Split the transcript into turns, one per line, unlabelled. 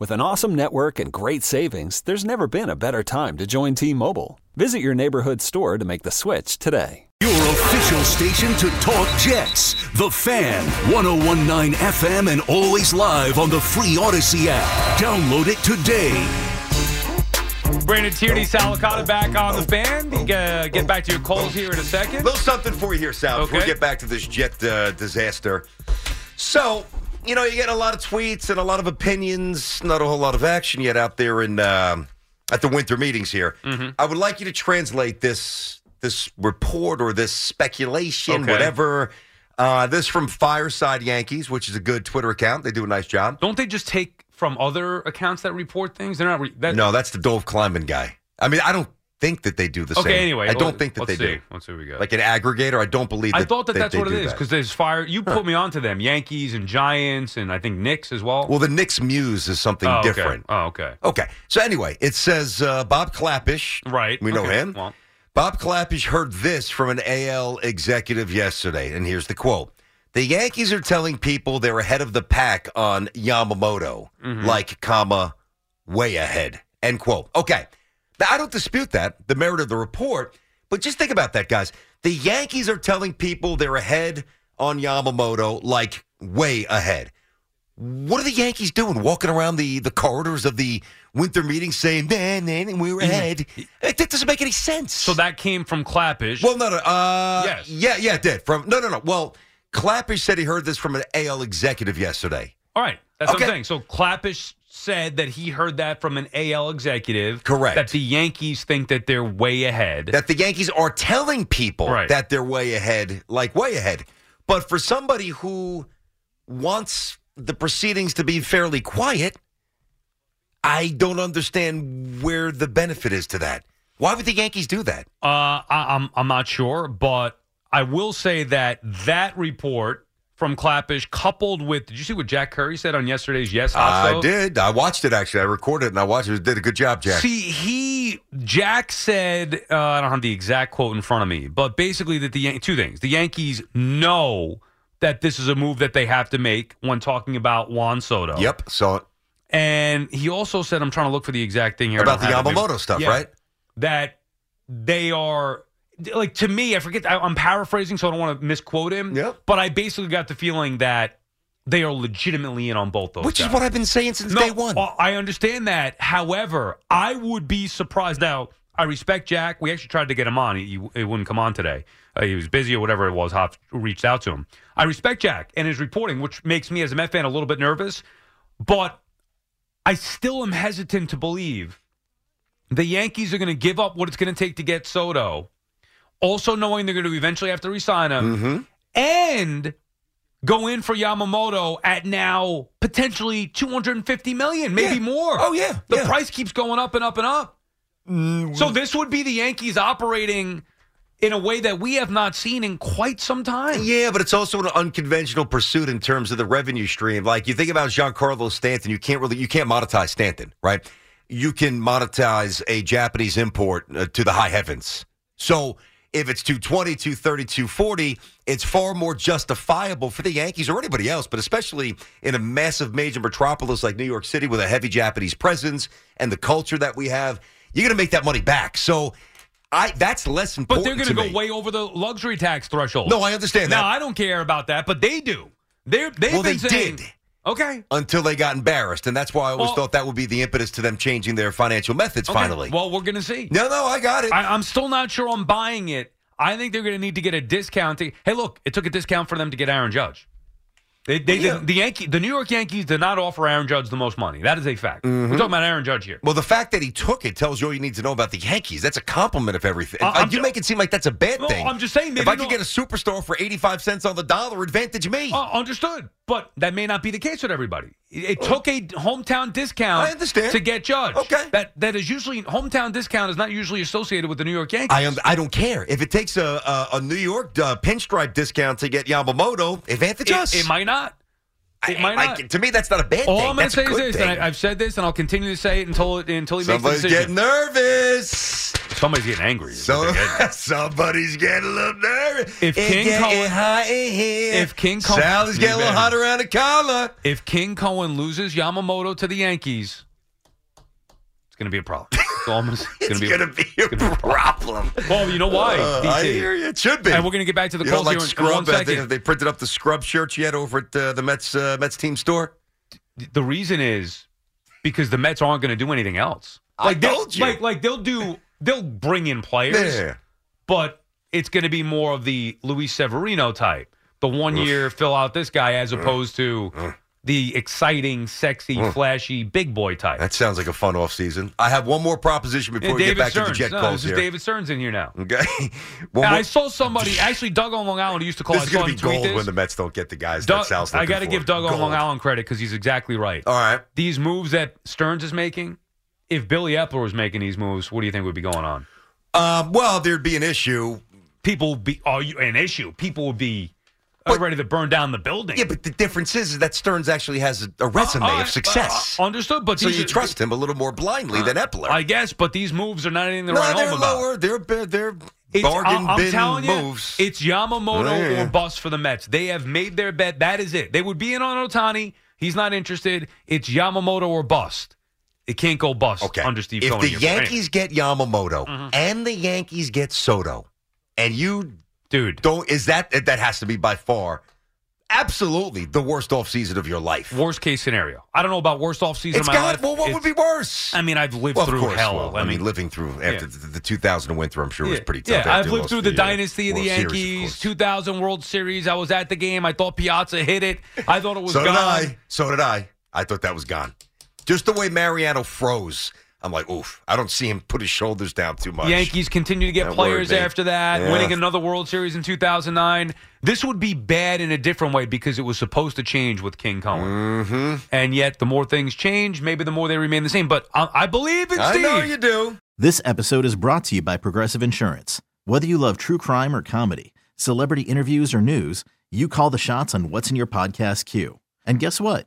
With an awesome network and great savings, there's never been a better time to join T Mobile. Visit your neighborhood store to make the switch today.
Your official station to talk Jets. The Fan, 1019 FM, and always live on the free Odyssey app. Download it today.
Brandon Tierney, Sal Licata back on the fan. You, uh, get back to your calls here in a second.
little something for you here, Sal. Before we
Okay.
get back to this jet uh, disaster. So, you know, you get a lot of tweets and a lot of opinions. Not a whole lot of action yet out there in um, at the winter meetings here.
Mm-hmm.
I would like you to translate this this report or this speculation,
Okay.
whatever. Uh, this from Fireside Yankees, which is a good Twitter account. They do a nice job.
Don't they just take from other accounts that report things? They're not. Re- that,
No, that's the Dove Kleiman guy. I mean, I don't think that they do the
Okay.
same.
Anyway,
I don't
let-
think that
let's
they
see.
do.
Let's see what we got.
Like an aggregator, I don't believe. That
I thought that
they-
that's
they
what it
do
is
that.
because there's fire. You put me onto them, Yankees and Giants, and I think Knicks as well.
Well, the Knicks Muse is something
Oh, okay.
different.
Oh, okay.
Okay. So anyway, it says uh, Bob Clappish.
Right.
We know
Okay.
him.
Well.
Bob Clappish heard this from an AL executive yesterday, and here's the quote. The Yankees are telling people they're ahead of the pack on Yamamoto, like, comma, way ahead, end quote. Okay. Now, I don't dispute that, the merit of the report, but just think about that, guys. The Yankees are telling people they're ahead on Yamamoto, like, way ahead what are the Yankees doing? Walking around the, the corridors of the winter meeting saying, man, man, we're ahead. That doesn't make any sense.
So that came from Clappish.
Well, no, no. Uh,
Yes.
Yeah, yeah, it did. From No, no, no. Well, Clappish said he heard this from an AL executive yesterday.
All right. That's what I'm
Okay.
saying. So Clappish said that he heard that from an AL executive.
Correct.
That the Yankees think that they're way ahead.
That the Yankees are telling people
Right.
that they're way ahead, like way ahead. But for somebody who wants the proceedings to be fairly quiet, I don't understand where the benefit is to that. Why would the Yankees do that?
Uh, I, I'm I'm not sure, but I will say that that report from Clappish, coupled with did you see what Jack Curry said on yesterday's Yes Hot
I
Stove?
did. I watched it actually. I recorded it and I watched it. It did a good job, Jack.
See, he Jack said uh, I don't have the exact quote in front of me, but basically that the Yan- two things: the Yankees know that this is a move that they have to make when talking about Juan Soto.
Yep. Saw it.
And he also said, I'm trying to look for the exact thing here. I
about the
don't have it.
Yamamoto stuff,
Yeah.
right?
that they are like to me i forget I, i'm paraphrasing so i don't want to misquote him
Yep.
but i basically got the feeling that they are legitimately in on both those
Which is
guys.
what I've been saying since
no,
day one.
uh, i understand that however i would be surprised now i respect jack we actually tried to get him on he, he wouldn't come on today uh, he was busy or whatever it was Hop reached out to him i respect jack and his reporting which makes me as a met fan a little bit nervous but I still am hesitant to believe the Yankees are going to give up what it's going to take to get Soto, also knowing they're going to eventually have to resign him
Mm-hmm.
and go in for Yamamoto at now potentially 250 million, maybe
Yeah.
more.
Oh, yeah.
The
Yeah. Mm,
price keeps going up and up and up. So this would be the Yankees operating in a way that we have not seen in quite some time.
Yeah, but it's also an unconventional pursuit in terms of the revenue stream. Like you think about Giancarlo Stanton, you can't really you can't monetize Stanton, right? You can monetize a Japanese import uh, to the high heavens. So if it's 220, 230, 240, it's far more justifiable for the Yankees or anybody else, but especially in a massive major metropolis like New York City with a heavy Japanese presence and the culture that we have, you're going to make that money back. So I that's less
But
important
they're going to
to
go
me.
way over the luxury tax threshold.
No, I understand
Now
that.
I don't care about that, but they do. They're they've
Well,
been
they
saying,
did.
Okay.
until they got embarrassed, and that's why I always
Well-
thought that would be the impetus to them changing their financial methods.
okay.
Finally,
Well, we're going to see.
no, no, I got it.
I, I'm still not sure I'm buying it. I think they're going to need to get a discount. To, hey, look, it took a discount for them to get Aaron Judge. They, they,
Yeah.
the, Yankee, the New York Yankees did not offer Aaron Judge the most money. That is a fact.
Mm-hmm.
We're talking about Aaron Judge here.
Well, the fact that he took it tells you all you need to know about the Yankees. That's a compliment of everything.
I- I'm
Like, you
ju-
make it seem like that's a bad
No,
thing.
I'm just saying they
If I
didn't
could get a superstar for eighty-five cents on the dollar, advantage me.
Uh, understood, but that may not be the case with everybody. It, it took a hometown discount
Oh. I understand.
to get Judge.
Okay.
that that is usually hometown discount is not usually associated with the New York Yankees.
I am. I don't care if it takes a a, a New York uh, pinstripe discount to get Yamamoto. Advantage us.
it, it might not. It
I-
might
I-
not.
to me, that's not a bad
All
thing.
I'm going to
that's
say
a
is
good
this,
thing.
and I, I've said this, and I'll continue to say it until it- until he makes
Somebody's
the decision.
getting nervous.
Somebody's getting angry. is what
So
they're getting.
somebody's getting a little nervous.
If
It's
King
getting
Cohen-
hot in here.
if King Cohen-
Sally's getting a little hot around the collar.
if King Cohen loses Yamamoto to the Yankees, it's going to be a problem. It's almost
It's
going to be.
gonna be a problem.
well, you know why?
Uh,
DT?
I hear you. It should be.
And we're going to get back to the
you know,
calls
like
here in- in one
scrub. uh,
second.
They, they printed up the scrub shirts you had over at uh, the Mets uh, Mets team store.
The reason is because the Mets aren't going to do anything else.
I
they'll-
told you.
Like, like they'll do, they'll bring in players,
Yeah.
but it's going to be more of the Luis Severino type, the one year fill out this guy,
Mm.
as opposed to the exciting, sexy, flashy big boy type.
That sounds like a fun off season. I have one more proposition before
And
we get
David
back
Stearns.
to the jet
no,
calls
this
here.
is David Stearns in here now.
Okay. One
And
more-
I saw somebody actually Doug on Long Island used to call.
this
I
is
saw
gonna
him
be
tweet
gold
this.
when the Mets don't get the guys
Doug-
that Sal's
I
looking
got to
for.
give Doug on
Gold. Oh.
Long Island credit because he's exactly right.
All right.
these moves that Stearns is making, if Billy Epler was making these moves, what do you think would be going on?
Um, well, there'd be an issue.
People would be are you an issue? People would be
But-
ready to burn down the building.
Yeah, but the difference is, is that Stearns actually has a, a resume
Uh, uh,
of success.
uh, uh, understood, but
so
these
you
are-
trust him a little more blindly than Epler.
Uh, I guess, but these moves are not anything to
no,
write
they're
home about.
lower. They're ba- they're
It's,
bargain
I- I'm
bin
telling
moves.
you, it's Yamamoto
Yeah.
or bust for the Mets. They have made their bet. That is it. They would be in on Otani. He's not interested. It's Yamamoto or bust. It can't go bust
okay.
under Steve
if
Cohen
the
here.
Yankees get Yamamoto
Mm-hmm.
and the Yankees get Soto, and you
dude,
don't, is that that has to be by far absolutely the worst offseason of your life?
worst case scenario. I don't know about worst off season
it's
of my
got.
life.
Well, what
It's-
would be worse?
I mean, I've lived
Well, of
through
course,
hell.
well,
I mean,
living through after
yeah.
the, the 2000 and went through, I'm sure was pretty
yeah,
tough.
I've
They
lived
lost
through the,
uh,
dynasty of the
World Series, of
Yankees,
course.
2000 World Series. I was at the game. I thought Piazza hit it. I thought it was
so
gone.
did I. So did I. I thought that was gone. Just the way Mariano froze. I'm like, oof. I don't see him put his shoulders down too much.
Yankees continue to get
That
players
worried me.
after that,
Yeah.
winning another World Series in 2009. This would be bad in a different way because it was supposed to change with King Cohen. Mm-hmm. And yet, the more things change, maybe the more they remain the same. But I, I believe in
I
Steve.
know you do.
This episode is brought to you by Progressive Insurance. Whether you love true crime or comedy, celebrity interviews or news, you call the shots on what's in your podcast queue. And guess what?